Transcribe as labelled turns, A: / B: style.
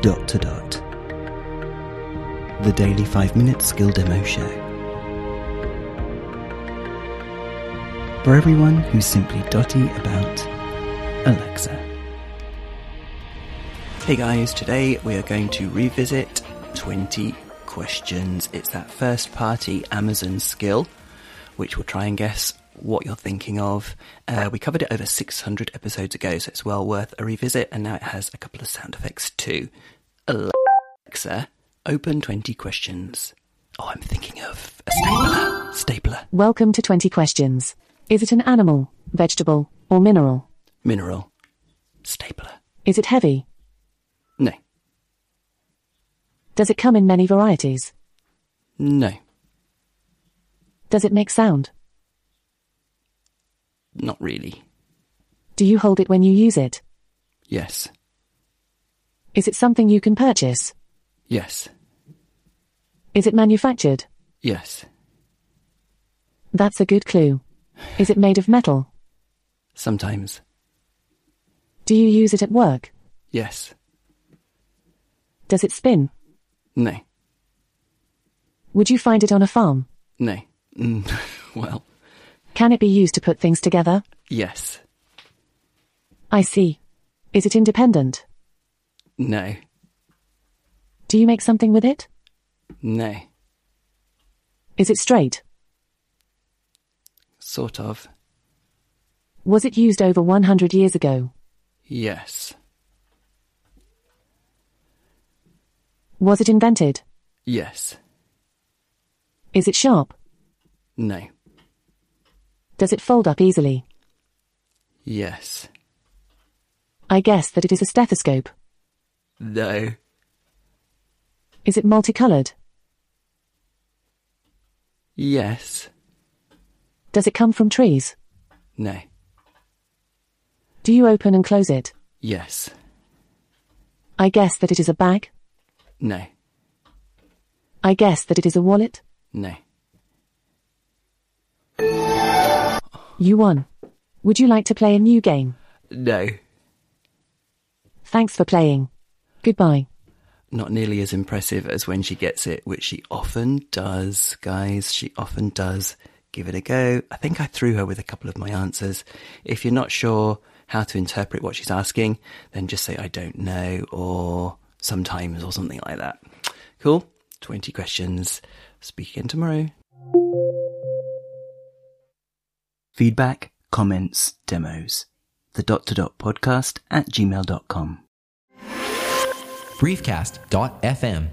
A: dot to dot. The Daily 5 Minute Skill Demo Show. For everyone who's simply dotty about Alexa. Hey guys, today we are going to revisit 20 questions. It's that first party Amazon skill, which we'll try and guess what you're thinking of. Uh, we covered it over 600 episodes ago, so it's well worth a revisit, and now it has a couple of sound effects too. Alexa, open 20 questions. Oh, I'm thinking of a stapler. Stapler.
B: Welcome to 20 questions. Is it an animal, vegetable, or mineral?
A: Mineral. Stapler.
B: Is it heavy?
A: No.
B: Does it come in many varieties?
A: No.
B: Does it make sound?
A: Not really.
B: Do you hold it when you use it?
A: Yes.
B: Is it something you can purchase?
A: Yes.
B: Is it manufactured?
A: Yes.
B: That's a good clue. Is it made of metal?
A: Sometimes.
B: Do you use it at work?
A: Yes.
B: Does it spin?
A: No.
B: Would you find it on a farm?
A: No. Mm, well,
B: Can it be used to put things together?
A: yes.
B: I see. Is it independent?
A: No.
B: Do you make something with it?
A: No.
B: Is it straight?
A: Sort of.
B: Was it used over 100 years ago?
A: Yes.
B: Was it invented?
A: Yes.
B: Is it sharp?
A: No.
B: Does it fold up easily?
A: Yes.
B: I guess that it is a stethoscope.
A: No.
B: Is it multicolored?
A: Yes.
B: Does it come from trees?
A: No.
B: Do you open and close it?
A: Yes.
B: I guess that it is a bag.
A: No.
B: I guess that it is a wallet.
A: No.
B: You won. Would you like to play a new game?
A: No.
B: Thanks for playing. Goodbye.
A: Not nearly as impressive as when she gets it, which she often does, guys. She often does. Give it a go. I think I threw her with a couple of my answers. If you're not sure how to interpret what she's asking, then just say, I don't know, or sometimes, or something like that. Cool. 20 questions. Speak again tomorrow. feedback, comments, demos. The dot to dot podcast at gmail.com.
C: briefcast.fm